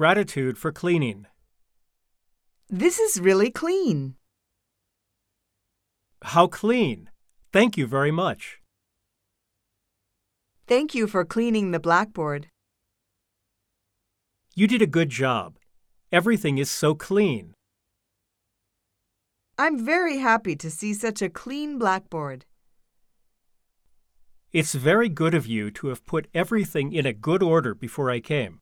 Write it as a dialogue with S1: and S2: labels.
S1: Gratitude for cleaning.
S2: This is really clean.
S1: How clean! Thank you very much.
S2: Thank you for cleaning the blackboard.
S1: You did a good job. Everything is so clean.
S2: I'm very happy to see such a clean blackboard.
S1: It's very good of you to have put everything in a good order before I came.